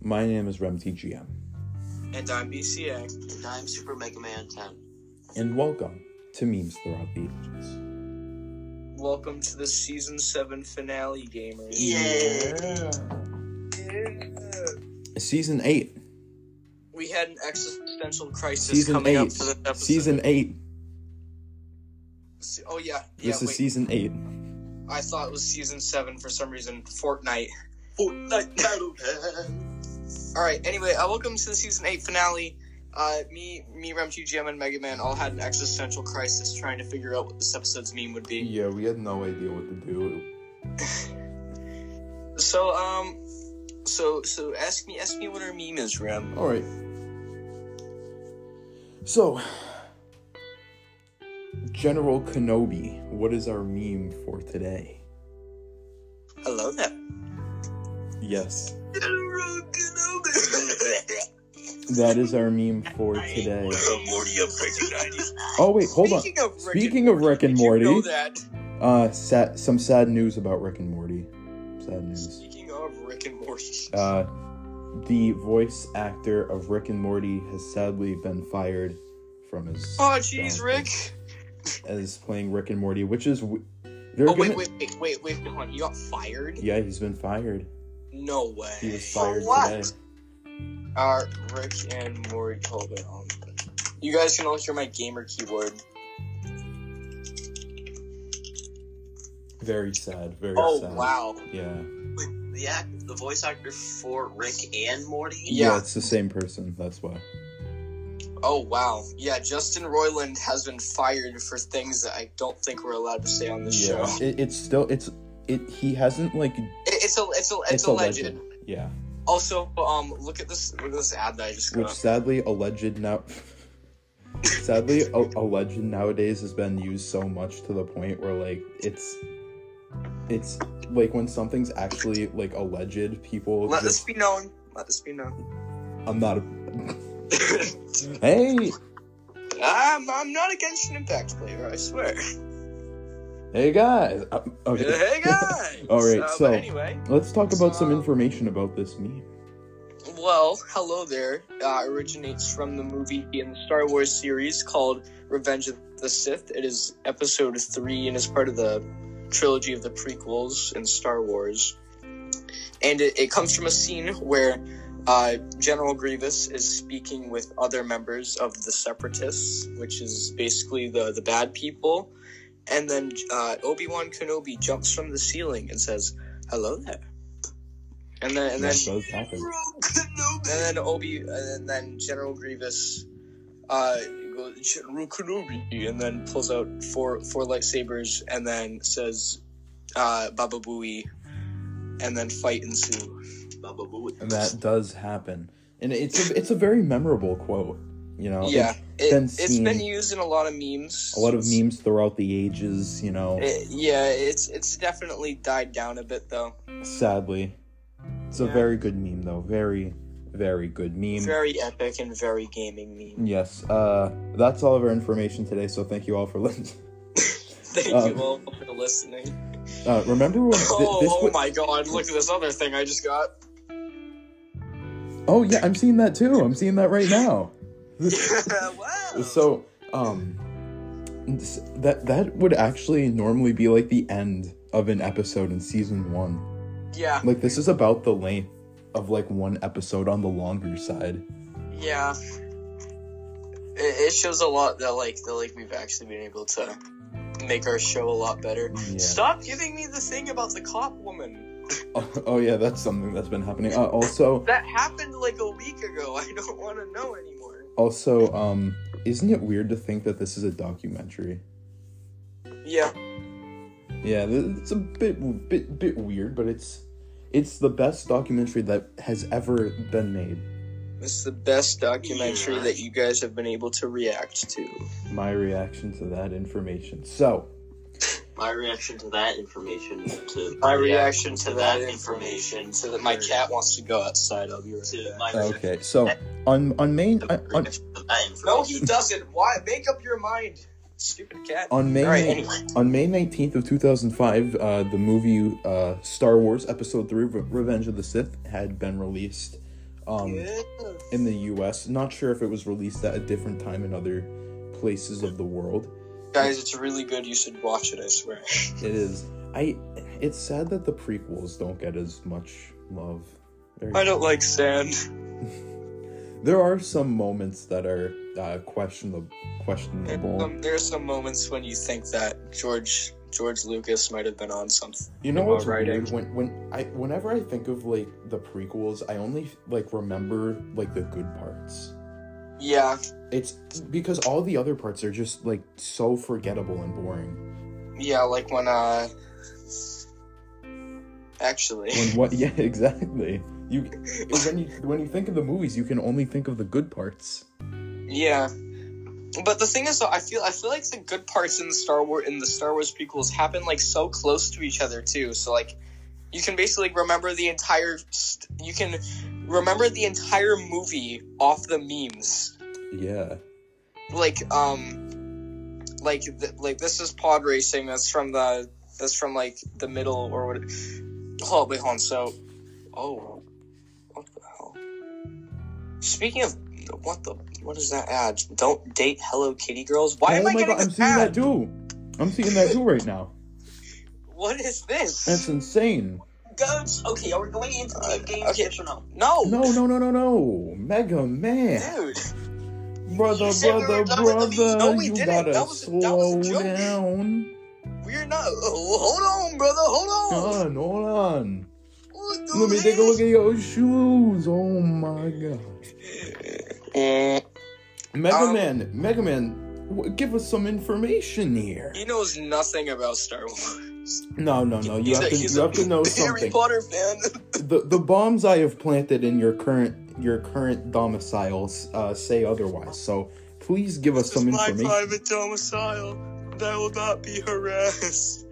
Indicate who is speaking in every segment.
Speaker 1: My name is Remzi GM,
Speaker 2: And I'm BCA.
Speaker 3: And I'm Super Mega Man 10.
Speaker 1: and welcome to Memes Throughout the Ages.
Speaker 2: Welcome to the season seven finale, gamers.
Speaker 3: Yay!
Speaker 1: Season 8.
Speaker 2: We had an existential crisis
Speaker 1: Season
Speaker 2: coming up
Speaker 1: 8.
Speaker 2: for this episode.
Speaker 1: Season 8.
Speaker 2: Se- Oh yeah, yeah.
Speaker 1: This
Speaker 2: wait.
Speaker 1: is season 8.
Speaker 2: I thought it was season seven for some reason. Fortnite.
Speaker 3: Fortnite Battle Pass!
Speaker 2: All right. Anyway, uh, welcome to the season eight finale. Uh, me, me, Rem, GM, and Mega Man all had an existential crisis trying to figure out what this episode's meme would be.
Speaker 4: Yeah, we had no idea what to do.
Speaker 2: So, um, so, so ask me, ask me what our meme is, Rem.
Speaker 1: All right. So, General Kenobi, what is our meme for today?
Speaker 2: Hello there.
Speaker 1: Yes, that is our meme for today.
Speaker 3: Morty of
Speaker 1: Oh wait, hold on.
Speaker 2: Speaking of Rick
Speaker 1: Speaking of Rick and
Speaker 2: did you know
Speaker 1: Morty,
Speaker 2: that?
Speaker 1: uh, sad, some sad news about Rick and Morty. Sad news.
Speaker 2: Speaking of Rick and Morty.
Speaker 1: Uh, the voice actor of Rick and Morty has sadly been fired from his
Speaker 2: oh, jeez,
Speaker 1: uh,
Speaker 2: Rick.
Speaker 1: as playing Rick and Morty, which is w- they're
Speaker 2: Oh,
Speaker 1: gonna-
Speaker 2: wait, wait, wait, wait, wait, hold on. You got fired?
Speaker 1: Yeah, he's been fired.
Speaker 2: No way.
Speaker 1: He was
Speaker 3: For
Speaker 1: fired
Speaker 3: what?
Speaker 1: today.
Speaker 2: Uh, Rick and Morty, hold it on. You guys can all hear my gamer keyboard.
Speaker 1: Very sad. Very
Speaker 2: Oh,
Speaker 1: sad.
Speaker 2: wow.
Speaker 1: Yeah.
Speaker 3: The act, the voice actor for Rick and Morty?
Speaker 1: yeah.
Speaker 2: Yeah.
Speaker 1: it's the same person. That's why.
Speaker 2: Oh, wow. Yeah, Justin Roiland has been fired for things that I don't think we're allowed to say on this show.
Speaker 1: It, it's still it's it. He hasn't like.
Speaker 2: It, it's a, it's a, it's,
Speaker 1: It's
Speaker 2: a
Speaker 1: a
Speaker 2: legend.
Speaker 1: legend. Yeah.
Speaker 2: Also, um, look at this, look at this ad that I just
Speaker 1: Which
Speaker 2: got.
Speaker 1: sadly, alleged now. sadly, a, a legend nowadays has been used so much to the point where like it's. It's like when something's actually like alleged, people.
Speaker 2: Let this
Speaker 1: just,
Speaker 2: be known. Let this be known.
Speaker 1: I'm not. A, hey,
Speaker 2: I'm, I'm not against an impact player, I swear.
Speaker 1: hey guys. Uh, okay.
Speaker 2: hey guys!
Speaker 1: All right,
Speaker 2: Uh, but
Speaker 1: so-
Speaker 2: anyway,
Speaker 1: Let's talk about some
Speaker 2: Um,
Speaker 1: information about this meme.
Speaker 2: well, Hello There uh, originates from the movie in the Star Wars series called Revenge of the Sith. It is episode 3 and is part of the trilogy of the prequels in Star Wars. And it, it comes from a scene where uh, General Grievous is speaking with other members of the Separatists, which is basically the, the bad people. And then uh, Obi Wan Kenobi jumps from the ceiling and says, Hello there. And then, and then
Speaker 1: That does happen.
Speaker 2: and then Obi, and then General Grievous, uh, goes General Kenobi, and then pulls out four four lightsabers, and then says, uh, "Baba Booey," and then fight ensue.
Speaker 3: Baba Booey.
Speaker 1: That does happen, and it's a, it's a very memorable quote. You know,
Speaker 2: yeah, it,
Speaker 1: Oh, been
Speaker 2: has
Speaker 1: seen-
Speaker 2: been used in a lot of memes.
Speaker 1: a lot of memes throughout the ages. You know,
Speaker 2: It- yeah, it's it's definitely died down a bit though.
Speaker 1: sadly, it's a
Speaker 2: Yeah.
Speaker 1: very good meme though. Very, very good meme.
Speaker 2: Very epic and very gaming meme.
Speaker 1: yes, uh, that's all of our information today. So thank you all for listening.
Speaker 2: Thank
Speaker 1: Um,
Speaker 2: you all for listening.
Speaker 1: Uh, remember when thi-
Speaker 2: oh,
Speaker 1: this?
Speaker 2: oh
Speaker 1: wa-
Speaker 2: my god! Look at this other thing I just got.
Speaker 1: oh yeah, I'm seeing that too. I'm seeing that right now.
Speaker 2: wow.
Speaker 1: So, um, s- that that would actually normally be like the end of an episode in season one.
Speaker 2: yeah,
Speaker 1: Like this is about the length of like one episode on the longer side.
Speaker 2: Yeah. It, it shows a lot that like that like we've actually been able to make our show a lot better. Stop giving me the thing about the cop woman.
Speaker 1: Oh, oh, yeah, that's something that's been happening. Uh, also,
Speaker 2: That happened like a week ago. I don't want to know anymore.
Speaker 1: also, um, isn't it weird to think that this is a documentary?
Speaker 2: Yeah.
Speaker 1: Yeah, th- it's a bit bit bit weird, but it's it's the best documentary that has ever been made.
Speaker 2: It's the best documentary
Speaker 3: Yeah.
Speaker 2: that you guys have been able to react to.
Speaker 1: My reaction to that information. So,
Speaker 3: My reaction to that information to
Speaker 2: My reaction to that information so that my cat wants to go outside. I'll be right
Speaker 3: to
Speaker 2: back.
Speaker 3: my
Speaker 1: okay, so on on May
Speaker 3: reaction
Speaker 1: on- on
Speaker 3: to that information.
Speaker 2: No, he doesn't. Why? Make up your mind, stupid cat.
Speaker 1: on May
Speaker 2: All right,
Speaker 1: 19th
Speaker 2: anyway.
Speaker 1: On May 19th of 2005, uh, the movie uh, Star Wars Episode 3 Re- Revenge of the Sith had been released. um,
Speaker 2: yeah.
Speaker 1: in the U.S. Not sure if it was released at a different time in other places of the world.
Speaker 2: Guys, it's really good. You should watch it. I swear.
Speaker 1: It is. I. It's sad that the prequels don't get as much love. They're-
Speaker 2: I don't like sand.
Speaker 1: There are some moments that are uh, questionable. Questionable.
Speaker 2: Um, there are some moments when you think that George George Lucas might have been on something.
Speaker 1: You know
Speaker 2: about
Speaker 1: what's
Speaker 2: writing.
Speaker 1: weird? When when I whenever I think of like the prequels, I only like remember like the good parts.
Speaker 2: Yeah,
Speaker 1: It's because all the other parts are just like so forgettable and boring.
Speaker 2: yeah, like when uh, actually,
Speaker 1: When what? Yeah, exactly. You when you when you think of the movies, you can only think of the good parts.
Speaker 2: yeah. But the thing is, though, I feel I feel like the good parts in the Star Wars in the Star Wars prequels happen like so close to each other too. So like, you can basically remember the entire st- you can remember the entire movie off the memes.
Speaker 1: Yeah.
Speaker 2: like um like th- like this is pod racing that's from the that's from like the middle or what hold on, wait hold on so oh what the hell speaking of what the what is that ad don't date hello kitty girls
Speaker 1: oh
Speaker 2: why am
Speaker 1: my
Speaker 2: i getting
Speaker 1: god, I'm
Speaker 2: this
Speaker 1: seeing that
Speaker 2: ad
Speaker 1: too. I'm seeing that too right now.
Speaker 2: what is this
Speaker 1: That's insane.
Speaker 3: Goats. Okay, are we going into
Speaker 2: Uh,
Speaker 3: team games?
Speaker 2: okay.
Speaker 3: Yes or no?
Speaker 2: no,
Speaker 1: No, no, no, no, no. Mega Man.
Speaker 2: dude
Speaker 1: Brother,
Speaker 3: You said we
Speaker 1: brother,
Speaker 3: were done with the memes.
Speaker 1: brother,
Speaker 2: No, we
Speaker 1: you
Speaker 2: didn't.
Speaker 1: gotta
Speaker 2: That was- that
Speaker 1: slow
Speaker 2: was a joke.
Speaker 1: down.
Speaker 2: we're not oh, hold on brother hold on
Speaker 1: Hold on, hold on.
Speaker 2: What
Speaker 1: Let me
Speaker 2: the
Speaker 1: take a
Speaker 2: heck?
Speaker 1: look at your shoes. Oh my god.
Speaker 2: Eh,
Speaker 1: Mega
Speaker 2: Um,
Speaker 1: Man, Mega Man, w- give us some information here.
Speaker 2: he knows nothing about star wars
Speaker 1: No, no, no. You
Speaker 2: He's
Speaker 1: have
Speaker 2: a-
Speaker 1: to,
Speaker 2: he's
Speaker 1: you
Speaker 2: a
Speaker 1: have to know
Speaker 2: harry
Speaker 1: something.
Speaker 2: potter fan
Speaker 1: The the bombs I have planted in your current your current domiciles uh, say otherwise. So please give us
Speaker 2: This is
Speaker 1: some
Speaker 2: my
Speaker 1: information.
Speaker 2: private domicile. and I will not be harassed.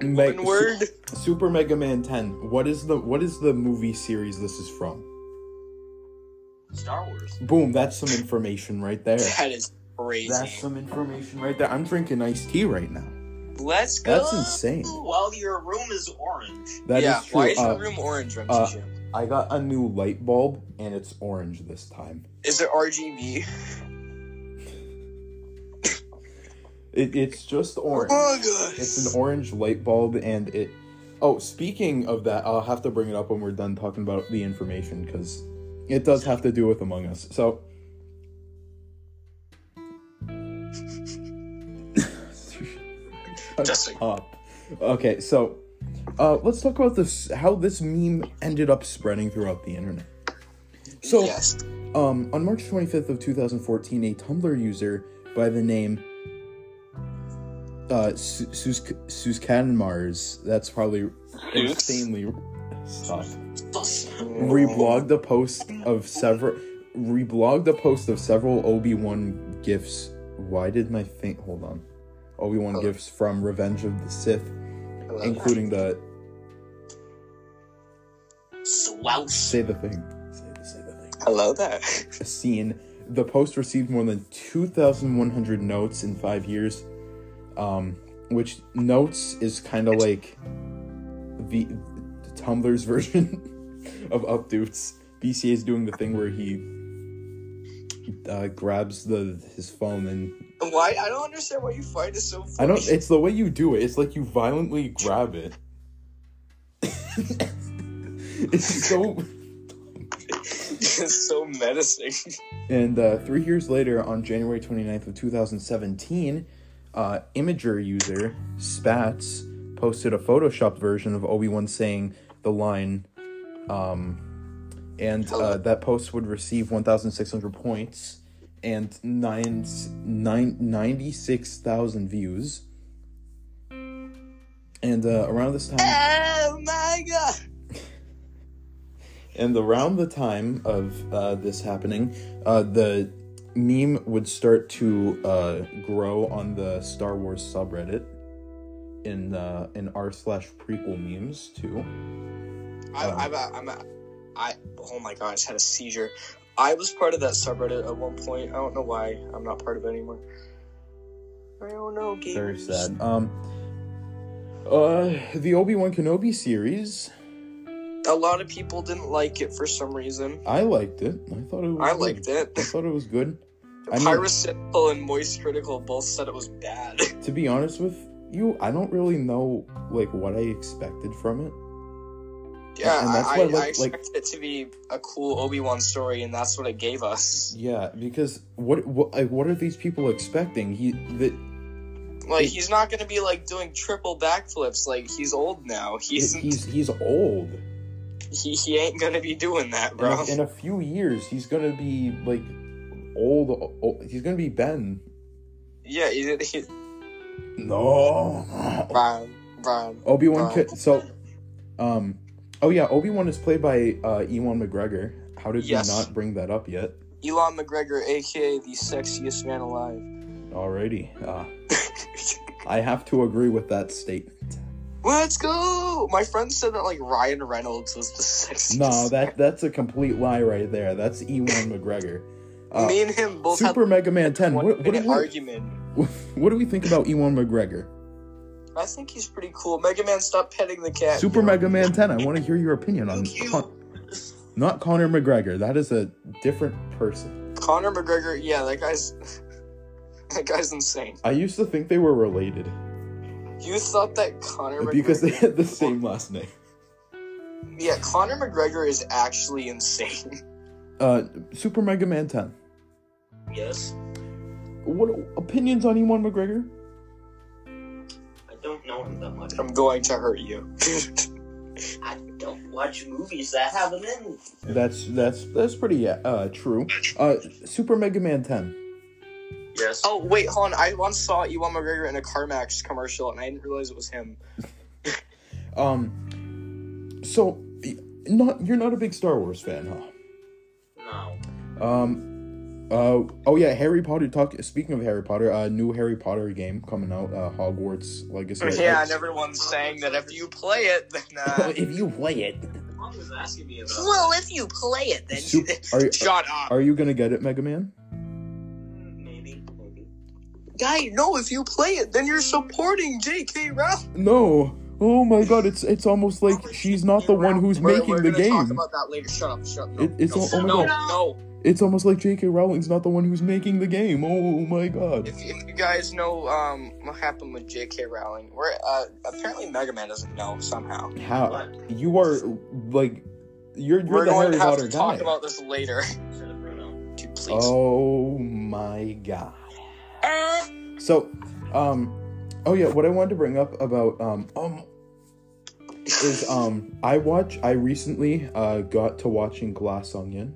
Speaker 1: Me-
Speaker 2: One word.
Speaker 1: Su- Super Mega Man 10. What is the what is the movie series this is from?
Speaker 3: Star Wars.
Speaker 1: Boom, that's some information right there.
Speaker 2: That is crazy.
Speaker 1: That's some information right there. I'm drinking iced tea right now.
Speaker 2: Let's go.
Speaker 1: That's insane.
Speaker 3: While your room is orange.
Speaker 1: That is
Speaker 2: yeah,
Speaker 1: true.
Speaker 2: why is
Speaker 1: Uh,
Speaker 2: your room orange, Ramsey?
Speaker 1: uh, I got a new light bulb and it's orange this time.
Speaker 2: is it RGB?
Speaker 1: It, it's just orange.
Speaker 2: Oh, God.
Speaker 1: It's an orange light bulb and it. Oh, speaking of that, I'll have to bring it up when we're done talking about the information because it does have to do with Among Us. So.
Speaker 2: Jesse.
Speaker 1: up. uh, Okay, so uh, let's talk about this how this meme ended up spreading throughout the internet. So
Speaker 2: yes.
Speaker 1: um, on March 25th of 2014, a Tumblr user by the name uh, Su- Sus- Suscan Mars, that's probably insanely stop, reblogged a post of several reblogged a post of several Obi Wan gifts. Why did my thing? Hold on, Obi Wan
Speaker 2: Oh.
Speaker 1: gifts from Revenge of the Sith,
Speaker 2: Hello.
Speaker 1: including the
Speaker 3: Slouch.
Speaker 1: say the thing, say, say the thing.
Speaker 2: Hello there.
Speaker 1: scene. The post received more than 2,100 notes in five years, um, which notes is kind of like the, the Tumblr's version of updates. BCA is doing the thing where he uh, grabs the his phone and
Speaker 2: Why? I don't understand why you find it so funny.
Speaker 1: I don't. It's the way you do it. It's like you violently grab it. it's so.
Speaker 2: it's so menacing.
Speaker 1: And uh, three years later, on January 29th of 2017, uh, Imager user Spats posted a Photoshop version of Obi-Wan saying the line, um, and uh,
Speaker 2: Hello.
Speaker 1: that post would receive 1,600 points and nine, nine, 96,000 views. And uh, around this time...
Speaker 2: oh, my God.
Speaker 1: And around the time of uh, this happening, uh, the meme would start to uh, grow on the Star Wars subreddit in uh, in r slash prequel memes too.
Speaker 2: I,
Speaker 1: Um,
Speaker 2: I'm, a, I'm a, I, oh my god, I just had a seizure. I was part of that subreddit at one point. I don't know why I'm not part of it anymore. I don't know, gamers.
Speaker 1: Very sad. Um, uh, the Obi Wan Kenobi series
Speaker 2: a lot of people didn't like it for some reason.
Speaker 1: I liked it. I thought it was.
Speaker 2: I
Speaker 1: good.
Speaker 2: liked
Speaker 1: I
Speaker 2: it.
Speaker 1: thought it was good. I mean-
Speaker 2: Pyrocynical and Moist Critical both said it was bad.
Speaker 1: To be honest with you, I don't really know like what I expected from it.
Speaker 2: yeah,
Speaker 1: and that's
Speaker 2: I,
Speaker 1: why,
Speaker 2: I,
Speaker 1: like-
Speaker 2: I
Speaker 1: like-
Speaker 2: expected it to be a cool Obi Wan story, and that's what it gave us.
Speaker 1: Yeah, because what what like, what are these people expecting? He that
Speaker 2: Like, he's not gonna be like doing triple backflips. Like, he's old now. He's,
Speaker 1: he's he's, old.
Speaker 2: he, he ain't gonna be doing that,
Speaker 1: In a,
Speaker 2: bro.
Speaker 1: in a few years, he's gonna be like old. o- he's gonna be Ben.
Speaker 2: yeah, he, he,
Speaker 1: No.
Speaker 2: Brian, Brian.
Speaker 1: Obi Wan.
Speaker 2: Wow.
Speaker 1: could So, um, oh yeah, Obi Wan is played by uh, Ewan McGregor. How did
Speaker 2: Yes.
Speaker 1: we not bring that up yet?
Speaker 2: Elon McGregor, aka the sexiest man alive.
Speaker 1: Alrighty. Uh, I have to agree with that statement.
Speaker 2: Let's go! My friend said that like Ryan Reynolds was the sexiest.
Speaker 1: No, that that's a complete lie right there. That's Ewan McGregor. Uh,
Speaker 2: Me and him both
Speaker 1: Super Mega Man
Speaker 2: had
Speaker 1: Ten.
Speaker 2: one
Speaker 1: What, what, do
Speaker 2: big
Speaker 1: we,
Speaker 2: argument.
Speaker 1: what do we think about Ewan McGregor?
Speaker 2: I think he's pretty cool. Mega Man, stop petting the cat.
Speaker 1: Super Mega Man Ten. I want to hear your opinion on
Speaker 3: Thank you.
Speaker 1: Con- not Conor McGregor. That is a different person.
Speaker 2: Conor McGregor, yeah, that guy's that guy's insane.
Speaker 1: I used to think they were related
Speaker 2: You thought that Conor McGregor
Speaker 1: because they had the same last name.
Speaker 2: Yeah, Conor McGregor is actually insane.
Speaker 1: Uh, Super Mega Man Ten.
Speaker 3: Yes.
Speaker 1: What opinions on Ewan McGregor?
Speaker 3: I don't know him that much.
Speaker 2: I'm going to hurt you.
Speaker 3: I don't watch movies that have him in.
Speaker 1: That's that's that's pretty uh true. Uh, Super Mega Man Ten.
Speaker 3: Yes.
Speaker 2: oh wait, hold on. I once saw Ewan McGregor in a CarMax commercial and I didn't realize it was him.
Speaker 1: Um, so y- not you're not a big Star Wars fan, huh?
Speaker 3: No.
Speaker 1: Um, uh, oh yeah, Harry Potter. Talk. Speaking of Harry Potter, uh, new Harry Potter game coming out. Uh, Hogwarts Legacy.
Speaker 2: Yeah, and everyone's saying that if you play it, then uh,
Speaker 1: if you play it,
Speaker 3: Mom was asking me about.
Speaker 2: well, if you play it, then
Speaker 1: Sup- are you
Speaker 2: shut up,
Speaker 1: are you gonna get it, Mega Man?
Speaker 3: Maybe. Maybe.
Speaker 2: guy. No, if you play it, then you're supporting J.K. Rowling.
Speaker 1: No. Oh my God! It's it's almost like she's not the one who's
Speaker 2: We're-
Speaker 1: making
Speaker 2: we're
Speaker 1: the
Speaker 2: gonna Talk
Speaker 1: game.
Speaker 2: about that later. Shut up. Shut up. No,
Speaker 1: It- it's
Speaker 2: no,
Speaker 1: all- oh my
Speaker 2: no,
Speaker 3: God.
Speaker 2: no.
Speaker 1: It's almost like J.K. Rowling's not the one who's making the game. Oh my God!
Speaker 2: If, if you guys know um what happened with J.K. Rowling, we're uh, apparently Mega Man doesn't know somehow.
Speaker 1: How
Speaker 3: What?
Speaker 1: you are like you're you're
Speaker 2: we're
Speaker 1: the
Speaker 2: going
Speaker 1: Harry
Speaker 2: to have
Speaker 1: Potter
Speaker 2: to talk
Speaker 1: guy.
Speaker 2: about this later.
Speaker 3: Shut up, Bruno.
Speaker 2: Dude, please.
Speaker 1: Oh my god.
Speaker 2: Ah.
Speaker 1: So, um, oh yeah, what I wanted to bring up about um um is um I watch I recently uh got to watching Glass Onion.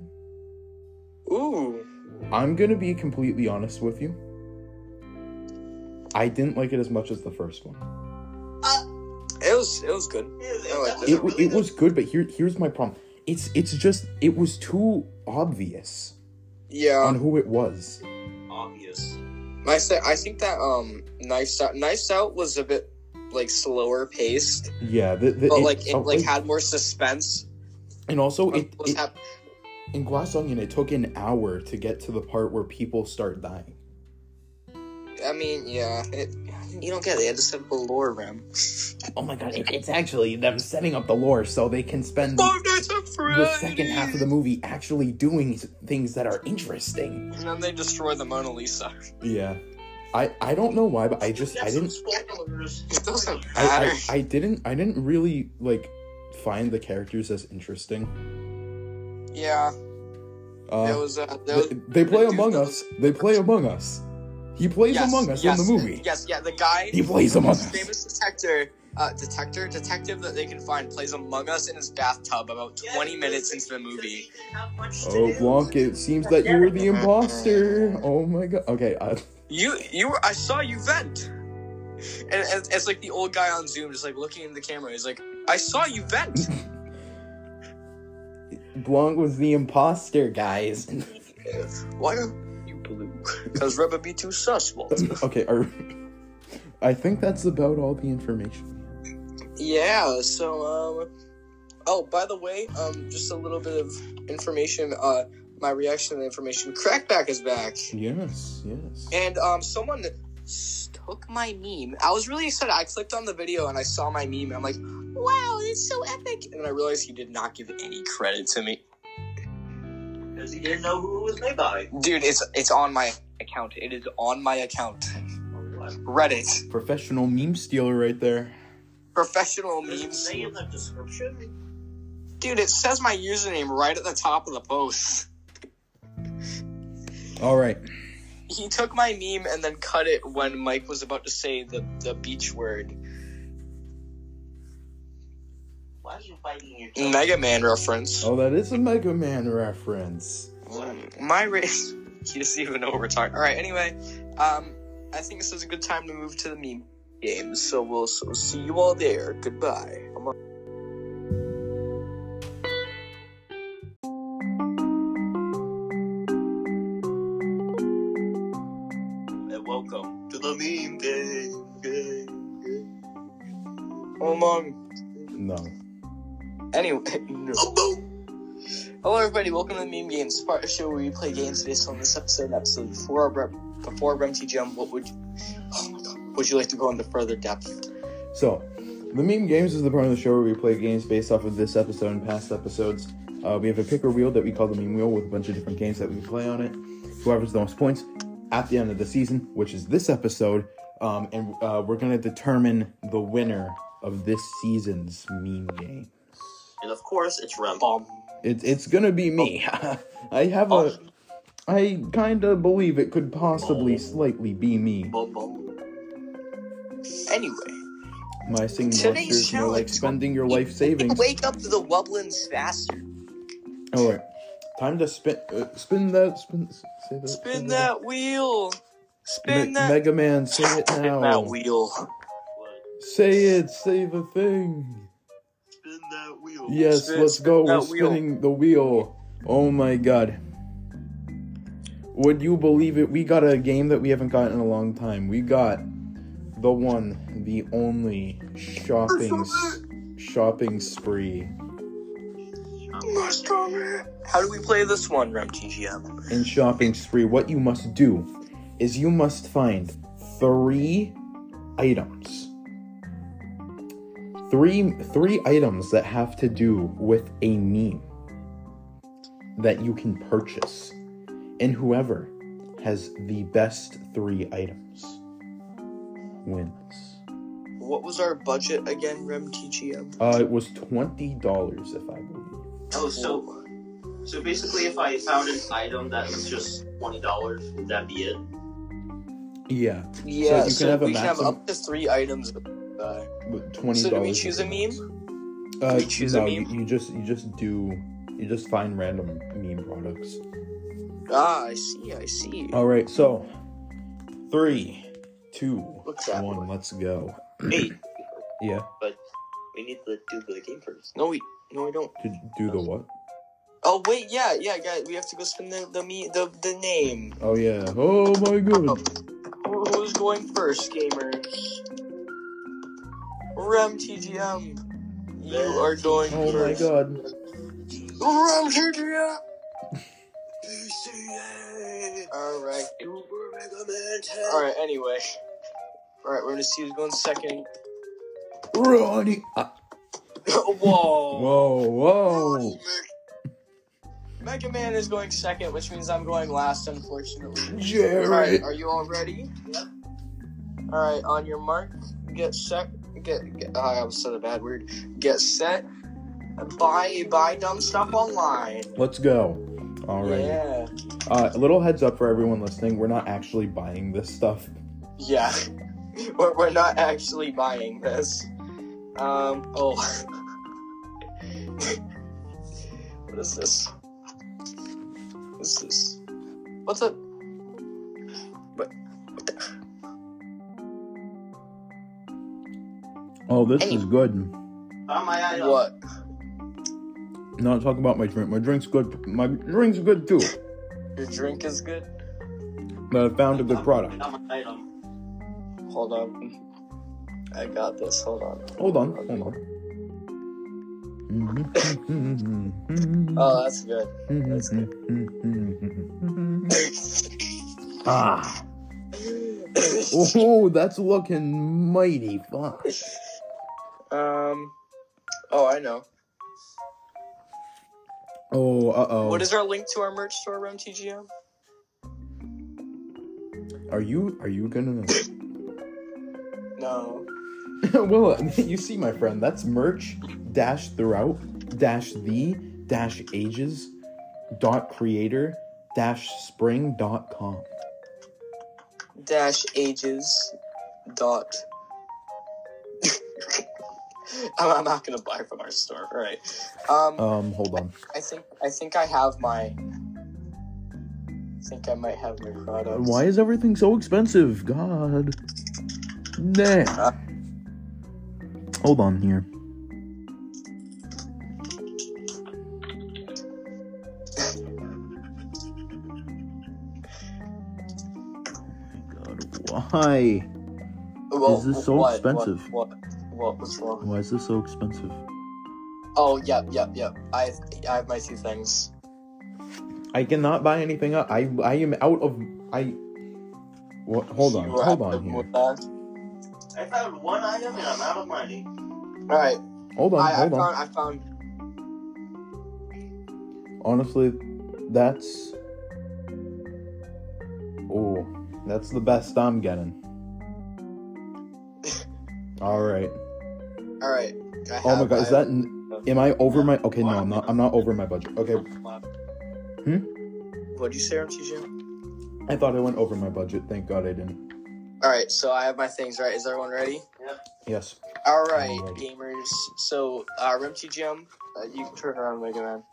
Speaker 2: Ooh.
Speaker 1: I'm gonna be completely honest with you. I didn't like it as much as the first one.
Speaker 2: It was it was good.
Speaker 3: That Oh, was
Speaker 1: It,
Speaker 3: a
Speaker 1: w-
Speaker 3: really
Speaker 1: it was good, but here here's my problem. It's it's just it was too obvious on
Speaker 2: Yeah,
Speaker 1: who it was.
Speaker 3: good- obvious.
Speaker 2: I said I think that um Knives Out Knives Out was a bit like slower paced,
Speaker 1: Yeah, the, the,
Speaker 2: but
Speaker 1: it-
Speaker 2: like it
Speaker 1: oh,
Speaker 2: like had more suspense.
Speaker 1: and also
Speaker 2: of
Speaker 1: it,
Speaker 2: what was
Speaker 1: it
Speaker 2: hap-
Speaker 1: In Glass Onion, it took an hour to get to the part where people start dying.
Speaker 2: I mean, yeah, it, you don't get it. It's a simple lore, Ram.
Speaker 1: Oh my god, it- it's actually them setting up the lore so they can spend the,
Speaker 2: Five Nights at
Speaker 1: the second half of the movie actually doing s- things that are interesting.
Speaker 2: And then they destroy the Mona Lisa.
Speaker 1: Yeah. I, I don't know why, but I just I
Speaker 3: That's some
Speaker 1: didn't
Speaker 3: Spoilers.
Speaker 2: It doesn't matter.
Speaker 1: I, I, I didn't I didn't really like find the characters as interesting.
Speaker 2: yeah, there
Speaker 1: Uh,
Speaker 2: was uh, there was,
Speaker 1: they, they play
Speaker 2: the dude
Speaker 1: Among
Speaker 2: that
Speaker 1: Us. They play Among Us. He plays
Speaker 2: yes,
Speaker 1: Among Us
Speaker 2: yes,
Speaker 1: in the movie.
Speaker 2: Yes, yeah, the guy,
Speaker 1: He plays Among
Speaker 2: the
Speaker 1: Us.
Speaker 2: famous detector, uh, detector, detective that they can find plays Among Us in his bathtub about
Speaker 3: Yeah,
Speaker 2: 20
Speaker 3: because-
Speaker 2: minutes into the
Speaker 3: because
Speaker 2: movie.
Speaker 3: he didn't have much to
Speaker 1: Oh,
Speaker 3: do.
Speaker 1: Blanc, it seems that you were the imposter. Oh my god. Okay, I,
Speaker 2: You, you, were, I saw you vent. And, and it's like the old guy on Zoom, just like looking in the camera. He's like, "I saw you vent."
Speaker 1: Blanc was the imposter, guys.
Speaker 2: Why are you blue? Because rubber be too sus, Walt.
Speaker 1: okay, are, I think that's about all the information.
Speaker 2: Yeah, so um oh by the way, um just a little bit of information, uh my reaction to the information. Crackback is back.
Speaker 1: Yes, yes.
Speaker 2: And um someone took my meme. I was really excited. I clicked on the video and I saw my meme. And I'm like, wow, it's so epic. And then I realized he did not give any credit to me.
Speaker 3: because he didn't know who it was made by.
Speaker 2: Dude, it's it's on my account. It is on my account.
Speaker 3: What?
Speaker 2: Reddit.
Speaker 1: Professional meme stealer right there.
Speaker 2: Professional
Speaker 3: Does it
Speaker 2: memes.
Speaker 3: say in the description?
Speaker 2: Dude, it says my username right at the top of the post.
Speaker 1: All right.
Speaker 2: He took my meme and then cut it when Mike was about to say the, the beach word.
Speaker 3: Why are you biting your tongue?
Speaker 2: Mega Man reference.
Speaker 1: Oh, that is a Mega Man reference.
Speaker 2: My race. He doesn't even know what we're talking. All right. Anyway, um, I think this is a good time to move to the meme games. So we'll so see you all there. Goodbye. I'm a-
Speaker 3: And welcome to the meme game. game, game.
Speaker 2: Among.
Speaker 1: No.
Speaker 2: Anyway. no.
Speaker 3: Oh, boom.
Speaker 2: Hello, everybody. Welcome to the meme games part of the show where we play games based on this episode. and Episode four of Rem- before Rem TGM. What would? You- oh my god. Would you like to go into further depth?
Speaker 1: So, the meme games is the part of the show where we play games based off of this episode and past episodes. Uh, we have a picker wheel that we call the meme wheel with a bunch of different games that we play on it. Whoever's the most points at the end of the season, which is this episode, um, and uh, we're gonna determine the winner of this season's meme game.
Speaker 3: And of course, it's Rem.
Speaker 2: Bomb.
Speaker 1: It's it's gonna be me.
Speaker 2: Oh.
Speaker 1: I have a. I kinda believe it could
Speaker 2: Oh.
Speaker 1: possibly slightly be me.
Speaker 3: Boom, boom.
Speaker 2: Anyway.
Speaker 1: My singing
Speaker 2: Today's
Speaker 1: monsters, more like
Speaker 2: challenge-
Speaker 1: spending your life savings.
Speaker 2: Wake up to the Wublins faster.
Speaker 1: All right, Oh, time to spin, uh, spin that, spin, s- say that,
Speaker 2: Spin that wheel. Spin
Speaker 1: Me-
Speaker 2: that.
Speaker 1: Mega Man, say it
Speaker 2: Spin
Speaker 1: now.
Speaker 2: that wheel.
Speaker 3: What?
Speaker 1: Say it, say the thing.
Speaker 3: Spin that wheel.
Speaker 1: Yes,
Speaker 2: Spin-
Speaker 1: let's go.
Speaker 2: spin that
Speaker 1: We're
Speaker 2: wheel.
Speaker 1: spinning the wheel. Oh my god. Would you believe it? We got a game that we haven't gotten in a long time. We got the one, the only shopping s- shopping spree.
Speaker 2: How do we play this one, Rem TGM?
Speaker 1: in shopping spree, what you must do is you must find three items. Three three items that have to do with a meme that you can purchase. And whoever has the best three items wins.
Speaker 2: What was our budget again, Rem TGM?
Speaker 1: Uh, it was twenty dollars if I believe.
Speaker 3: Oh, so so basically, if I found an item that was just twenty dollars, would that be it?
Speaker 1: Yeah,
Speaker 2: yeah,
Speaker 1: you can
Speaker 2: so
Speaker 1: have a
Speaker 2: we can have
Speaker 1: maximum-
Speaker 2: up to three items. Uh,
Speaker 1: but twenty dollars.
Speaker 2: so do we choose a meme?
Speaker 1: Uh,
Speaker 2: we choose a
Speaker 1: no,
Speaker 2: meme?
Speaker 1: You, you just you just do you just find random meme products.
Speaker 2: Ah, I see, I see.
Speaker 1: All right, so three, two,
Speaker 2: Looks that
Speaker 1: one, let's go.
Speaker 3: Hey,
Speaker 1: Yeah,
Speaker 3: we need to do the game first.
Speaker 2: No, we no we don't.
Speaker 1: to do the what?
Speaker 2: Oh wait, yeah, yeah, guys, we have to go spin the the me the the name.
Speaker 1: Oh yeah. Oh my god.
Speaker 2: Who- Who's going first, gamers? Rem TGM, you are going
Speaker 1: Oh
Speaker 2: first.
Speaker 1: my god.
Speaker 2: Ram Jr. Alright. Alright, anyway. Alright, we're gonna see who's going second.
Speaker 1: Ronnie. Ah,
Speaker 2: Whoa.
Speaker 1: whoa, whoa.
Speaker 2: Mega Man is going second, which means I'm going last, unfortunately.
Speaker 1: Jared.
Speaker 2: Alright, are you all ready? Alright, on your mark, get set. Get, oh, get I almost said a bad word. Get set. Buy buy dumb stuff online.
Speaker 1: Let's go. All right.
Speaker 2: Yeah.
Speaker 1: Uh, a little heads up for everyone listening. We're not actually buying this stuff.
Speaker 2: Yeah. We're, we're not actually buying this. Um, oh. what is this? What's this? What's up? But
Speaker 1: Oh, this
Speaker 2: Hey.
Speaker 1: is good.
Speaker 3: Found my item.
Speaker 2: what?
Speaker 1: Not talk about my drink. My drink's good. My drink's good too.
Speaker 2: Your drink is good?
Speaker 1: But I found a good
Speaker 3: I
Speaker 1: product.
Speaker 3: found my item.
Speaker 2: Hold on. I got this. Hold on.
Speaker 1: Hold on, hold on.
Speaker 2: Oh, that's good. that's
Speaker 1: ah, Oh, that's looking mighty fuck.
Speaker 2: Um. Oh, I know.
Speaker 1: Oh, uh oh.
Speaker 2: What is our link to our merch store, Rem TGM?
Speaker 1: Are you are you gonna?
Speaker 2: No.
Speaker 1: well, you see, my friend, that's merch dash throughout dash the dash ages dot creator dash spring dot com.
Speaker 2: Dash ages. Dot. I'm, I'm not gonna buy from our store. All right. Um.
Speaker 1: Um, hold on.
Speaker 2: I think I think I have my. I think I might have my product.
Speaker 1: Why is everything so expensive? God. Nah. Hold on here. Oh my God, Why?
Speaker 2: Well,
Speaker 1: Is this so
Speaker 2: what-
Speaker 1: expensive?
Speaker 2: What, what, what was wrong?
Speaker 1: Why is this so expensive?
Speaker 2: Oh, yep, yep, yep. I I have my two things.
Speaker 1: I cannot buy anything up. I I am out of I. What? Hold on.
Speaker 2: You were
Speaker 1: Hold
Speaker 2: at the
Speaker 1: on here.
Speaker 2: Woodland.
Speaker 3: I found one item and I'm out of money.
Speaker 2: All right.
Speaker 1: Hold on.
Speaker 2: I, I
Speaker 1: Hold on.
Speaker 2: found I found
Speaker 1: Honestly, that's. Oh, that's the best I'm getting. All right.
Speaker 2: all right. I
Speaker 1: Oh my
Speaker 2: have-
Speaker 1: god, is
Speaker 2: I
Speaker 1: that? Am I over my? Okay, no, I'm not. I'm not over my budget. Okay, Hmm?
Speaker 2: What'd you say, MTG?
Speaker 1: I thought I went over my budget. Thank God I didn't.
Speaker 2: All right, so I have my things. Right, is everyone ready?
Speaker 1: Yes.
Speaker 2: All right,
Speaker 1: I'm ready.
Speaker 2: gamers. So, uh, RemTGM, uh, you can turn around, Mega Man.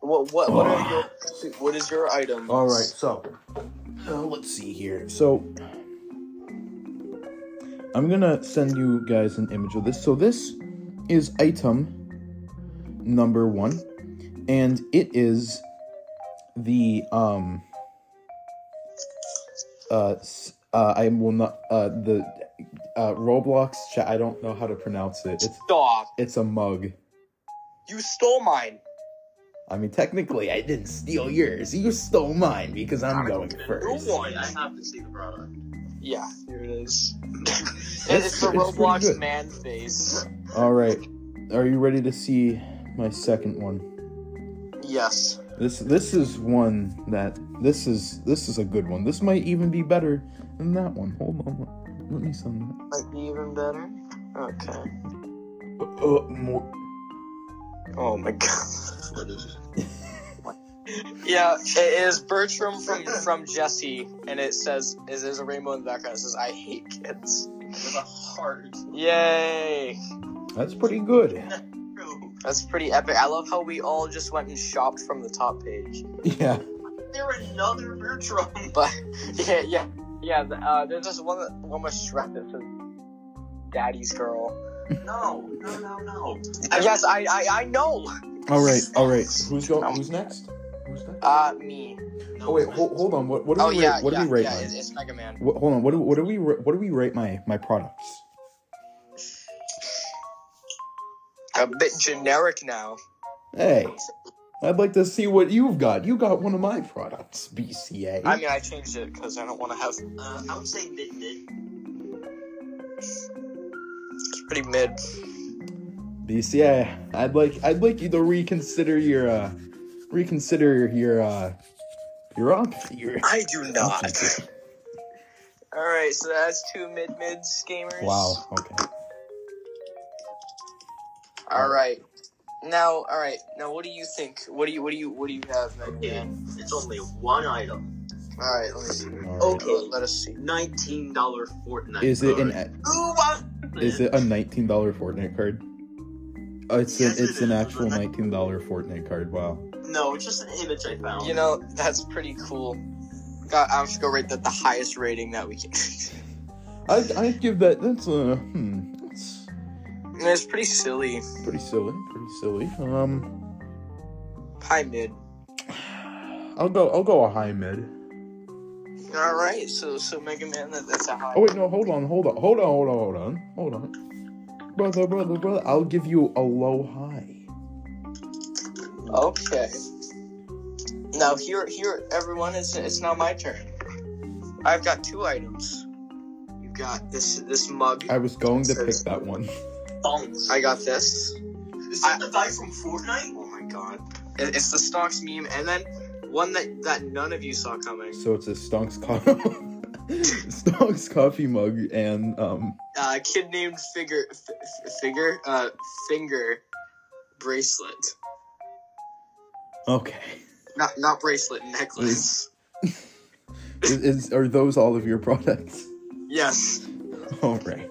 Speaker 2: What what what are your what is your item?
Speaker 1: All right. So, uh, let's see here. So, I'm gonna send you guys an image of this. So this is item number one, and it is the um uh, s- uh I will not uh the uh Roblox chat. I don't know how to pronounce it. It's
Speaker 2: Stop!
Speaker 1: it's a mug.
Speaker 2: You stole mine.
Speaker 1: I mean, technically, I didn't steal yours. You stole mine because I'm going
Speaker 2: Who
Speaker 1: first.
Speaker 2: won?
Speaker 3: I have to see the product.
Speaker 2: Yeah, here it is.
Speaker 1: That's-
Speaker 2: it's the
Speaker 1: it's pretty
Speaker 2: Roblox
Speaker 1: good.
Speaker 2: man face.
Speaker 1: All right, are you ready to see my second one?
Speaker 2: Yes.
Speaker 1: This this is one that this is this is a good one. This might even be better than that one. Hold on, let me send that.
Speaker 2: Might be even better. Okay.
Speaker 1: Uh, more.
Speaker 2: Oh my god. Yeah, it is Bertram from from Jesse, and it says is there's a rainbow in the background. It says I hate kids.
Speaker 3: With a heart.
Speaker 2: Yay!
Speaker 1: That's pretty good.
Speaker 2: That's pretty epic. I love how we all just went and shopped from the top page.
Speaker 1: Yeah.
Speaker 3: There another Bertram.
Speaker 2: But yeah, yeah, yeah. the- Uh, there's this one one with Shrek that says "Daddy's Girl." Uh,
Speaker 3: No, no, no, no.
Speaker 2: Yes, I I, I know.
Speaker 1: All right. All right. Who's going? Who's next? Who's next?
Speaker 2: Uh, me.
Speaker 1: Oh wait. Hold, hold on. What what do
Speaker 2: Oh
Speaker 1: we rate-
Speaker 2: yeah,
Speaker 1: what do
Speaker 2: yeah,
Speaker 1: we rate?
Speaker 2: yeah.
Speaker 1: mine?
Speaker 2: It's, it's Mega Man.
Speaker 1: What, hold on. What do what do we ra- what do we rate my my products?
Speaker 2: A bit generic now.
Speaker 1: Hey, I'd like to see what you've got. You got one of my products, BCA.
Speaker 2: I mean, I changed it because I don't want to have
Speaker 3: Uh, I would say mid mid.
Speaker 2: pretty mid.
Speaker 1: BCA, I'd like I'd like you to reconsider your uh reconsider your uh your op your
Speaker 2: I do not. All right, so that's two mid mids gamers.
Speaker 1: Wow, okay.
Speaker 2: All right. Now, all right. Now, what do you think? What do you? What do you? What do you have, Mega Man?
Speaker 3: It's only one item.
Speaker 2: All right. Let me see. Oh,
Speaker 1: All right.
Speaker 3: Okay.
Speaker 2: Let us see.
Speaker 3: Nineteen dollar Fortnite.
Speaker 1: Is it an
Speaker 3: card.
Speaker 1: a-
Speaker 2: Ooh, wow.
Speaker 1: is it a nineteen dollar Fortnite card? Oh, it's
Speaker 3: Yes,
Speaker 1: an,
Speaker 3: it
Speaker 1: it's an
Speaker 3: is.
Speaker 1: actual nineteen dollar Fortnite card. Wow.
Speaker 3: No, it's just an image I found.
Speaker 2: You know that's pretty cool. God, I'm just gonna rate that the highest rating that we can.
Speaker 1: I I give that that's uh hmm that's
Speaker 2: it's pretty silly.
Speaker 1: pretty silly pretty silly. Um,
Speaker 2: High mid.
Speaker 1: I'll go I'll go a high mid.
Speaker 2: All right. So, so Mega Man, that, that's a high.
Speaker 1: Oh wait, no, hold on, hold on, hold on, hold on, hold on, hold on. Brother, brother, brother, I'll give you a low high.
Speaker 2: Okay. Now here, here, everyone, it's it's now my turn. I've got two items. got this this mug.
Speaker 1: I was going to pick that one.
Speaker 3: Bonks.
Speaker 2: I got this.
Speaker 3: Is
Speaker 2: that
Speaker 3: the guy from Fortnite?
Speaker 2: Oh my god. It- It's the stocks meme, and then one that that none of you saw coming.
Speaker 1: So it's a Stonks coffee, Stonks coffee mug, and um,
Speaker 2: Uh, kid named Figure F- F- Figure uh Finger bracelet.
Speaker 1: okay,
Speaker 2: Not not bracelet necklace.
Speaker 1: Is- is, are those all of your products?
Speaker 2: yes.
Speaker 1: All right.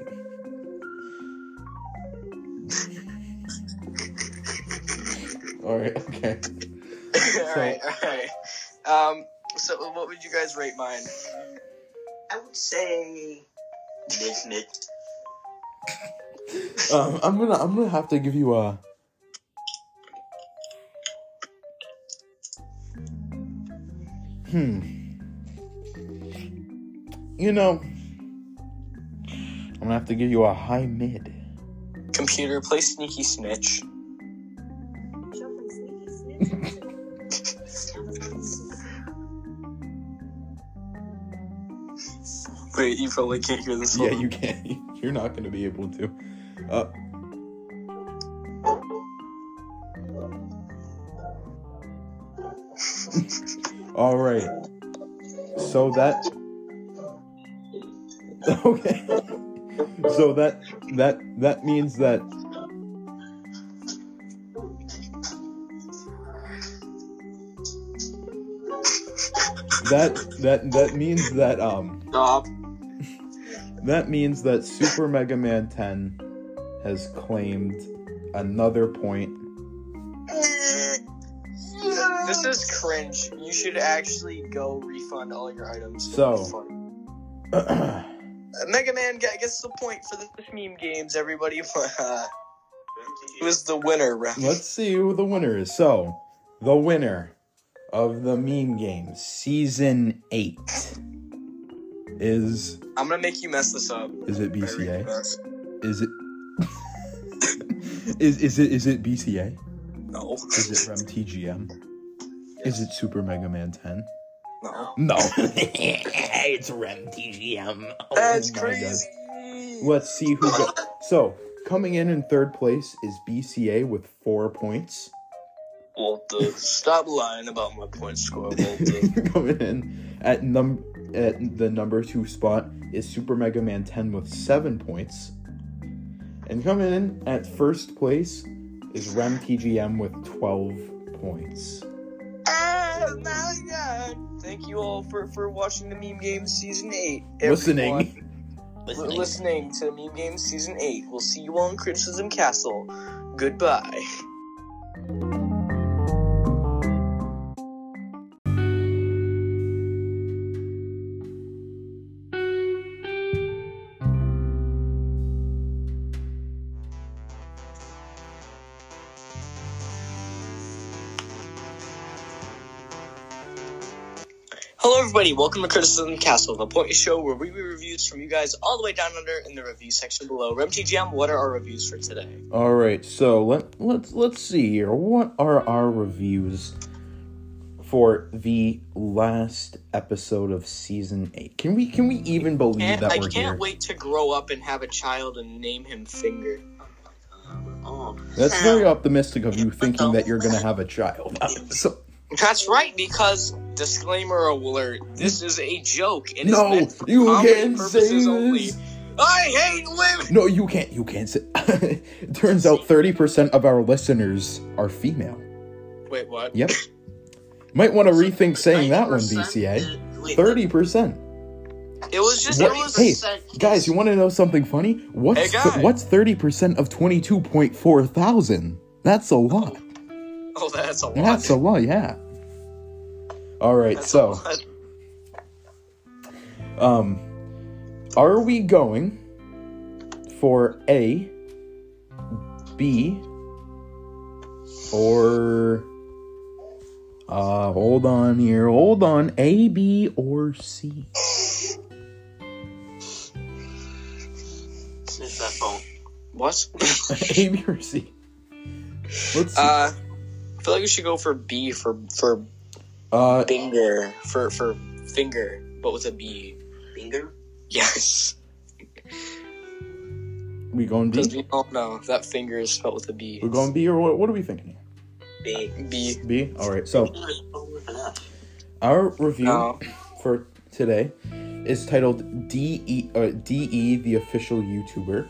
Speaker 1: All right. Okay.
Speaker 2: all right. All right. Um. So what would you guys rate mine?
Speaker 3: I would say. Nick,
Speaker 1: Um, I'm gonna I'm gonna have to give you a. Hmm. You know, I'm gonna have to give you a high mid.
Speaker 2: Computer, play Sneaky Snitch. Wait, you probably can't hear this.
Speaker 1: Yeah, you can't. You're not gonna be able to. Uh, all right. So that. Okay. So that that that means that. That that that means that um.
Speaker 2: Stop.
Speaker 1: That means that Super Mega Man 10 has claimed another point.
Speaker 2: This is cringe. You should actually go refund all your items.
Speaker 1: So-
Speaker 2: Uh, Mega Man get- gets the point for the meme games. Everybody, uh, he was the winner. Ref.
Speaker 1: Let's see who the winner is. So, the winner of the meme game season 8 is
Speaker 2: I'm gonna make you mess this up.
Speaker 1: is it
Speaker 2: Very
Speaker 1: BCA?
Speaker 2: fast.
Speaker 1: Is it Is is it is it BCA?
Speaker 2: No.
Speaker 1: Is it from TGM? Is it Super Mega Man 10?
Speaker 2: No.
Speaker 1: No. it's Rem TGM. Oh
Speaker 2: That's
Speaker 1: my God.
Speaker 2: crazy.
Speaker 1: Let's see who. Go- so coming in in third place is BCA with four points.
Speaker 2: Walter, stop lying about my point score, Walter.
Speaker 1: coming in at num at the number two spot is Super Mega Man Ten with seven points, and coming in at first place is Rem TGM with twelve points.
Speaker 2: Oh my god! Thank you all for, for watching the Meme Games Season 8. Everyone,
Speaker 1: Listening.
Speaker 2: we're listening to Meme Games Season 8. We'll see you all in Criticism Castle. Goodbye. Hello, everybody. Welcome to Criticism Castle, the point show where we read reviews from you guys all the way down under in the review section below. RemTGM, what are our reviews for today?
Speaker 1: All right, so let let's let's see here. What are our reviews for the last episode of season eight? Can we can we even believe
Speaker 2: Can't-
Speaker 1: that
Speaker 2: I
Speaker 1: we're
Speaker 2: can't
Speaker 1: here?
Speaker 2: wait to grow up and have a child and name him Finger.
Speaker 3: Oh.
Speaker 1: That's very optimistic of you thinking that you're gonna have a child. Uh, So
Speaker 2: That's right, because disclaimer alert: this is a joke. It is
Speaker 1: no,
Speaker 2: meant for
Speaker 1: you
Speaker 2: comedy
Speaker 1: can't say
Speaker 2: purposes
Speaker 1: this.
Speaker 2: only. I hate women.
Speaker 1: No, you can't. You can't say. it turns out thirty percent of our listeners are female.
Speaker 2: Wait, what?
Speaker 1: Yep. Might want to rethink saying that one, BCA. Thirty percent.
Speaker 2: It was just.
Speaker 1: What-
Speaker 2: It was.
Speaker 1: hey, guys, you want to know something funny? What's
Speaker 2: Hey, guy.
Speaker 1: what's thirty percent of twenty two point four thousand? That's a lot.
Speaker 2: Oh, that's a lot.
Speaker 1: That's a lot. Yeah. All right.
Speaker 2: That's a
Speaker 1: so.
Speaker 2: lot.
Speaker 1: Um, are we going for A, B, or uh, hold on here, hold on, A, B, or C?
Speaker 3: Sniff that phone.
Speaker 2: what?
Speaker 1: A, B, or C? Let's see.
Speaker 2: uh, I feel like we should go for B for for
Speaker 1: Uh,
Speaker 2: finger for for finger, but with a B.
Speaker 3: Finger?
Speaker 2: Yes.
Speaker 1: We going
Speaker 2: Because
Speaker 1: B?
Speaker 2: we all know that finger is spelled with a B.
Speaker 1: We're going B or what, what are we thinking? here?
Speaker 3: B.
Speaker 2: B.
Speaker 1: B? Alright, so
Speaker 3: With an F.
Speaker 1: our review
Speaker 2: No.
Speaker 1: for today is titled DE, uh, DE the official YouTuber.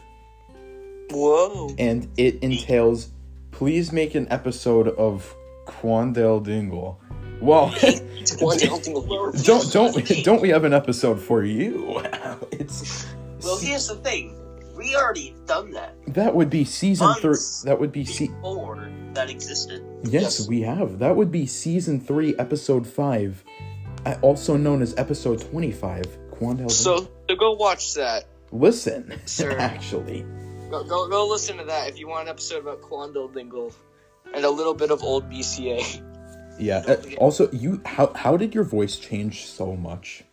Speaker 2: Whoa.
Speaker 1: and it entails please make an episode of Quandale Dingle. Well,
Speaker 2: One single B.
Speaker 1: don't don't don't we have an episode for you? It's
Speaker 3: Well, here's the thing. We already done that
Speaker 1: that would be season three.
Speaker 3: Months.
Speaker 1: That would be se-
Speaker 3: before that existed.
Speaker 1: yes, we have. That would be season three, episode five, uh, also known as episode twenty-five. Quandale. Dingle.
Speaker 2: So, so go watch that.
Speaker 1: listen,
Speaker 2: Sir.
Speaker 1: actually,
Speaker 2: Go, go go listen to that if you want an episode about Quando Dingle and a little bit of old BCA.
Speaker 1: yeah. uh, Also, you how how did your voice change so much?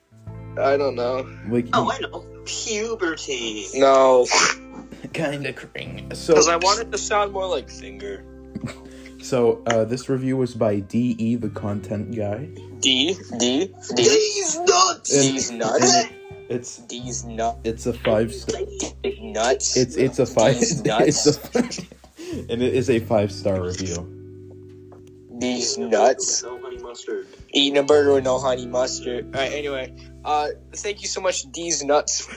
Speaker 2: I don't know.
Speaker 1: Like
Speaker 3: Oh, I know. Puberty.
Speaker 2: No,
Speaker 1: kind of cring. So
Speaker 2: because I wanted to sound more like Finger.
Speaker 1: So uh, this review was by DE, the content guy.
Speaker 2: D D D.
Speaker 3: These nuts.
Speaker 2: D's nuts.
Speaker 1: It's
Speaker 2: D's nuts.
Speaker 1: it's a five. St-
Speaker 2: Nuts.
Speaker 1: it's it's a five.
Speaker 2: These
Speaker 1: It's
Speaker 2: nuts.
Speaker 1: a, and it is a five star review.
Speaker 2: D's nuts.
Speaker 3: No honey mustard.
Speaker 2: Eating a burger with no honey mustard. All right. Anyway, uh, thank you so much, D's nuts, for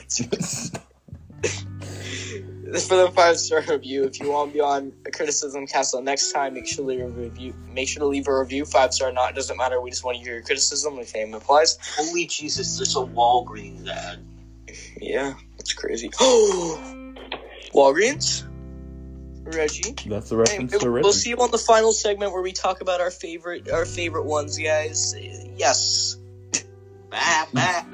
Speaker 2: the five star review. If you want to be on a criticism castle next time, make sure to leave a review. Make sure to leave a review, five star or not, doesn't matter. We just want to hear your criticism if anyone applies.
Speaker 3: Holy Jesus, there's a Walgreens ad.
Speaker 2: Yeah, it's crazy. Oh, Walgreens, Reggie.
Speaker 1: That's a
Speaker 2: Hey,
Speaker 1: reference to
Speaker 2: we'll we'll
Speaker 1: Reggie.
Speaker 2: see you on the final segment where we talk about our favorite our favorite ones, guys. Yes.
Speaker 3: Bah, bah.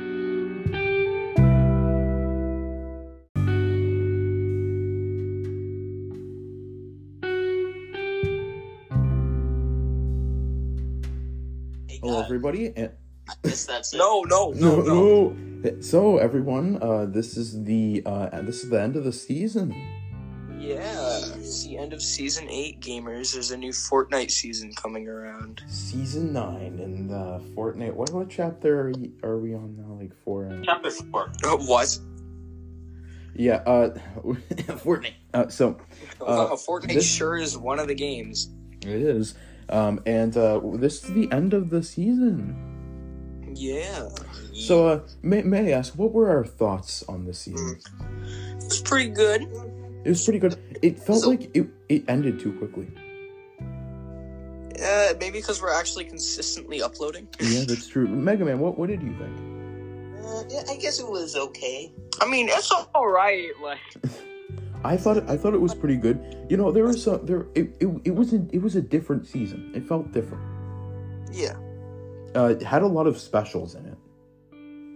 Speaker 3: Hey,
Speaker 1: Hello,
Speaker 3: God,
Speaker 1: everybody. And,
Speaker 3: I guess that's it.
Speaker 2: No, no,
Speaker 1: no,
Speaker 2: no, no.
Speaker 1: no. So everyone, uh, this is the uh, this is the end of the season.
Speaker 2: Yeah, it's the end of season eight, gamers. There's a new Fortnite season coming around.
Speaker 1: Season nine in the Fortnite. What what chapter are, y- are we on now? Like four. And,
Speaker 3: Chapter 4.
Speaker 2: Uh, What?
Speaker 1: yeah. Uh, Fortnite. Uh, so. Uh,
Speaker 2: wow, Fortnite
Speaker 1: this-
Speaker 2: sure is one of the games.
Speaker 1: It is. Um, and uh, this is the end of the season.
Speaker 2: Yeah.
Speaker 1: So, uh, may, may I ask, what were our thoughts on the season?
Speaker 2: It's pretty good.
Speaker 1: It was pretty good. It felt
Speaker 3: So-
Speaker 1: like it, it ended too quickly.
Speaker 2: Uh, maybe because we're actually consistently uploading.
Speaker 1: Yeah, that's true. Mega Man, what, what did you think?
Speaker 3: Uh, yeah, I guess it was okay.
Speaker 2: I mean, it's alright. Like,
Speaker 1: I thought it, I thought it was pretty good. You know, there was some there. It, it, it wasn't. It was a different season. It felt different.
Speaker 2: yeah.
Speaker 1: Uh, it had a lot of specials in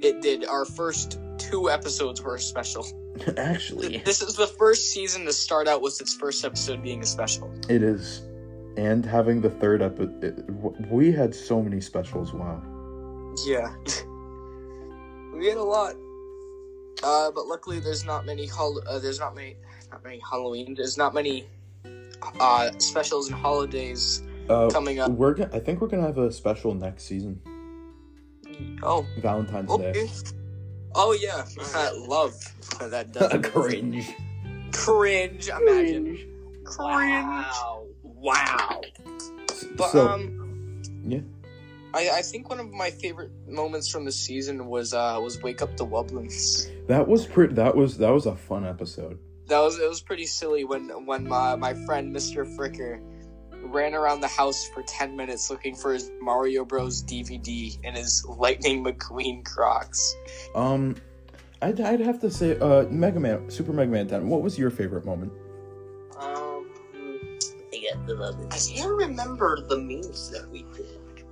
Speaker 2: It did. Our first two episodes were special.
Speaker 1: it. Actually,
Speaker 2: This is the first season to start out with its first episode being a special.
Speaker 1: it is. And having the third episode, we had so many specials. Wow.
Speaker 2: Yeah. we had a lot. Uh, but luckily, there's not many. Hol- uh, there's not many. Not many Halloween. There's not many uh, specials and holidays
Speaker 1: Uh,
Speaker 2: coming up.
Speaker 1: we're gonna. I think we're gonna have a special next season.
Speaker 2: Oh,
Speaker 1: Valentine's Day.
Speaker 2: okay. Oh yeah, love that does
Speaker 1: cringe.
Speaker 2: cringe. Imagine cringe.
Speaker 3: Wow.
Speaker 2: Wow. But
Speaker 1: so,
Speaker 2: um,
Speaker 1: yeah.
Speaker 2: I, I think one of my favorite moments from the season was uh was wake up the Wublins.
Speaker 1: that was pretty. That was that was a fun episode.
Speaker 2: That was it was pretty silly when when my, my friend Mr. Fricker ran around the house for ten minutes looking for his Mario Bros DVD and his Lightning McQueen Crocs.
Speaker 1: Um, I'd, I'd have to say, uh, Mega Man, Super Mega Man Ten. What was your favorite moment?
Speaker 3: Um, I get the I can't remember the memes that we did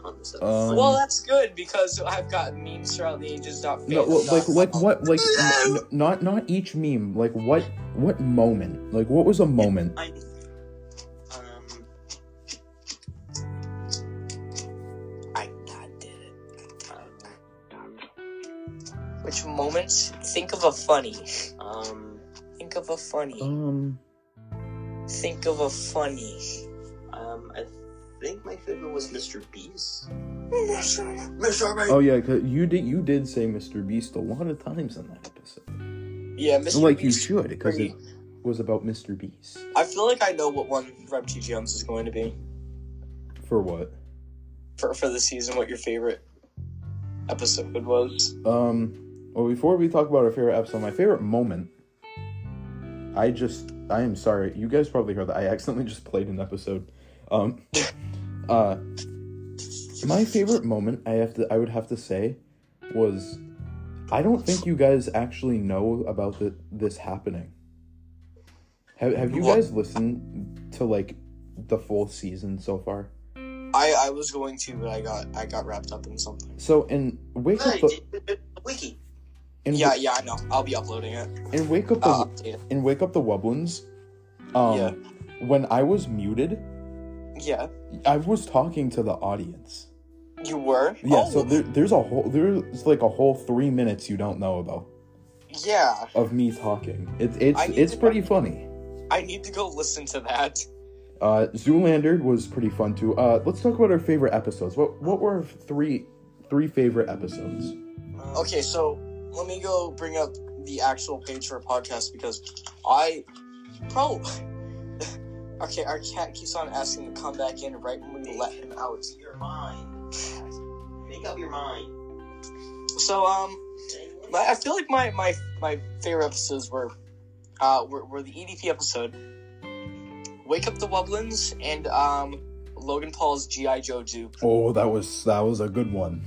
Speaker 3: on this episode.
Speaker 1: Um,
Speaker 2: well, that's good because I've got memes throughout the ages. Not
Speaker 1: No,
Speaker 2: fans,
Speaker 1: well, like
Speaker 2: not-
Speaker 1: like what like n- n- not not each meme. Like what what moment? Like what was a moment?
Speaker 3: I, um,
Speaker 2: I, I did it. Which moments? Think of a funny.
Speaker 3: um,
Speaker 2: Think of a funny.
Speaker 1: Um,
Speaker 2: Think of a funny.
Speaker 3: um, I think my favorite was Mr. Beast.
Speaker 1: oh yeah, 'cause you did you did say Mr. Beast a lot of times in that episode.
Speaker 2: Yeah, Mr.
Speaker 1: Like you
Speaker 2: Beast.
Speaker 1: should, because it was about Mr. Beast.
Speaker 2: I feel like I know what one Rob T. Jones is going to be
Speaker 1: For what?
Speaker 2: for for the season. What your favorite episode was?
Speaker 1: Um, well, before we talk about our favorite episode, my favorite moment. I just, I am sorry. You guys probably heard that I accidentally just played an episode. Um, uh, my favorite moment, I have to, I would have to say, was, I don't think you guys actually know about the, this happening. Have Have you
Speaker 2: What?
Speaker 1: guys listened to like the full season so far?
Speaker 2: I I was going to, but I got I got wrapped up in something.
Speaker 1: So in wake up, the,
Speaker 3: Wiki.
Speaker 1: in,
Speaker 2: yeah, Uh, yeah, I know. I'll be uploading it.
Speaker 1: in wake up the
Speaker 2: I'll update it.
Speaker 1: in Wake Up the Wublins, um,
Speaker 2: Yeah.
Speaker 1: when I was muted,
Speaker 2: Yeah,
Speaker 1: I was talking to the audience.
Speaker 2: you were.
Speaker 1: Yeah,
Speaker 2: Oh,
Speaker 1: so there, there's a whole there's like a whole three minutes you don't know about
Speaker 2: yeah.
Speaker 1: of me talking. It's it's
Speaker 2: I need
Speaker 1: it's
Speaker 2: to-
Speaker 1: pretty funny.
Speaker 2: I need to go listen to that.
Speaker 1: Uh, Zoolander was pretty fun too. Uh, let's talk about our favorite episodes. What what were our three three favorite episodes?
Speaker 2: Okay, so let me go bring up the actual page for our podcast because I probably okay. Our cat keeps on asking to come back in right when we let him out.
Speaker 3: Your mind. Make up your mind.
Speaker 2: So um, my- I feel like my my my favorite episodes were uh were, were the EDP episode, Wake Up the Wublins, and um Logan Paul's GI Joe dupe.
Speaker 1: Oh, that was that was a good one.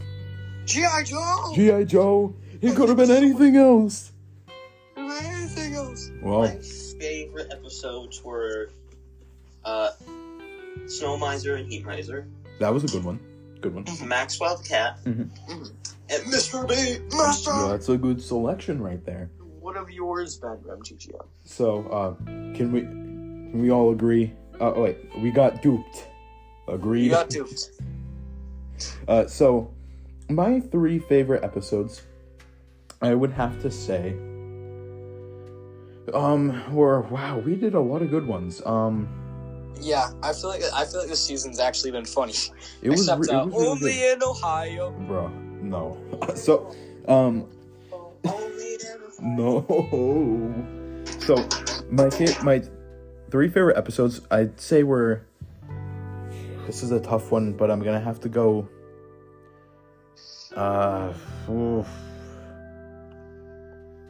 Speaker 2: GI Joe.
Speaker 1: GI Joe. It could have been anything else.
Speaker 2: Anything else?
Speaker 1: Well,
Speaker 3: My favorite episodes were uh, Snow Miser and Heat Miser,
Speaker 1: that was a good one. Good one.
Speaker 3: Maxwell the Cat, Mm-hmm.
Speaker 1: Mhm.
Speaker 3: and Mr. B.
Speaker 2: Master.
Speaker 1: Yeah, that's a good selection right there.
Speaker 2: What have yours been, MTGO?
Speaker 1: So, uh, can we can we all agree? Uh, wait, we got duped. Agreed.
Speaker 2: You got duped.
Speaker 1: Uh, so, my three favorite episodes, I would have to say, um, were wow, we did a lot of good ones. Um,
Speaker 2: Yeah, I feel like I feel like this season's actually been funny.
Speaker 1: it was,
Speaker 2: Except
Speaker 1: re-
Speaker 2: uh,
Speaker 1: it was really
Speaker 2: only
Speaker 1: good.
Speaker 2: in Ohio.
Speaker 1: bro. No, so, um,
Speaker 3: Only in-
Speaker 1: No. So my fa- my three favorite episodes I'd say were this is a tough one, but I'm gonna have to go uh oof.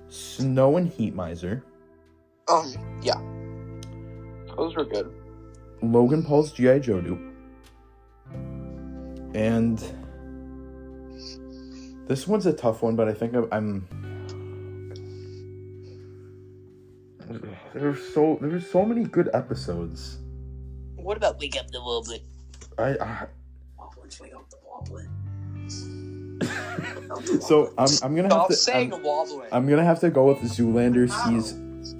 Speaker 1: Snow and Heat Miser,
Speaker 2: Um, yeah, those were good.
Speaker 1: Logan Paul's G.I. Joe dupe, and this one's a tough one, but I think I'm, I'm there's so there's so many good episodes.
Speaker 3: What about Wake Up the Wobblet?
Speaker 1: I, I
Speaker 3: Wobblets, Wake Up the Wobblet.
Speaker 1: so I'm I'm gonna have
Speaker 2: Stop
Speaker 1: to um,
Speaker 2: saying
Speaker 1: I'm,
Speaker 2: wobbling.
Speaker 1: I'm gonna have to go with Zoolander sees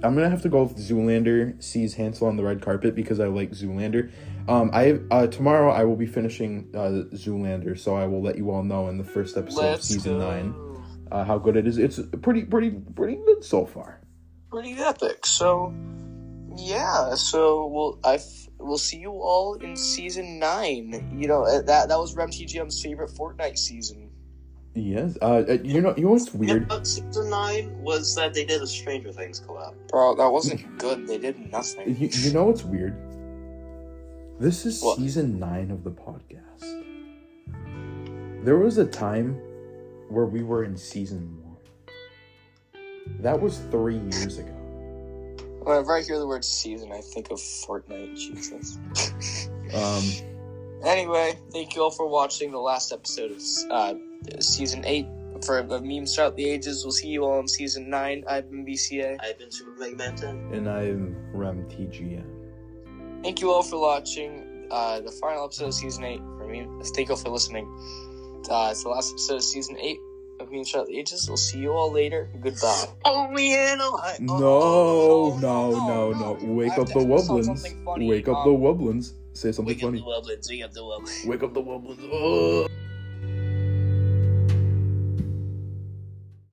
Speaker 1: I'm gonna have to go with Zoolander sees Hansel on the red carpet because I like Zoolander. Um, I uh, tomorrow I will be finishing uh, Zoolander, so I will let you all know in the first episode of
Speaker 2: Let's
Speaker 1: season
Speaker 2: go.
Speaker 1: nine uh, how good it is. It's pretty pretty pretty good so far.
Speaker 2: Pretty epic. So, yeah. So we'll I f- we'll see you all in season nine. You know uh, that that was Rem TGM's favorite Fortnite season.
Speaker 1: Yes, uh, uh, you know you know what's
Speaker 3: Yeah,
Speaker 1: weird.
Speaker 3: but season nine was that they did a Stranger Things collab.
Speaker 2: Bro, that wasn't good. They did nothing.
Speaker 1: You, you know what's weird. This is
Speaker 2: What?
Speaker 1: season nine of the podcast. There was a time where we were in season one. That was three years ago.
Speaker 2: Whenever I hear the word season, I think of Fortnite. Jesus.
Speaker 1: Um,
Speaker 2: Anyway, thank you all for watching the last episode of uh, season eight for the memes throughout the ages. We'll see you all in season nine. I've been BCA.
Speaker 3: I've been Super Mega Man 10.
Speaker 1: and I'm Rem TGM.
Speaker 2: Thank you all for watching uh, the final episode of season eight. For me, thank you all for listening. Uh, it's the last episode of season eight of memes throughout the ages. We'll see you all later. Goodbye.
Speaker 3: Only in Ohio.
Speaker 1: No, Oh, no, no, no. Wake
Speaker 2: I have
Speaker 1: up
Speaker 2: to
Speaker 1: the
Speaker 2: end this on
Speaker 1: Wublins.
Speaker 2: something funny.
Speaker 1: Wake up
Speaker 2: Um,
Speaker 1: the Wublins. Say something
Speaker 3: Wake up the
Speaker 1: funny.
Speaker 3: Woblins, wake up the Woblins.
Speaker 1: Wake up the Wublins. Ugh.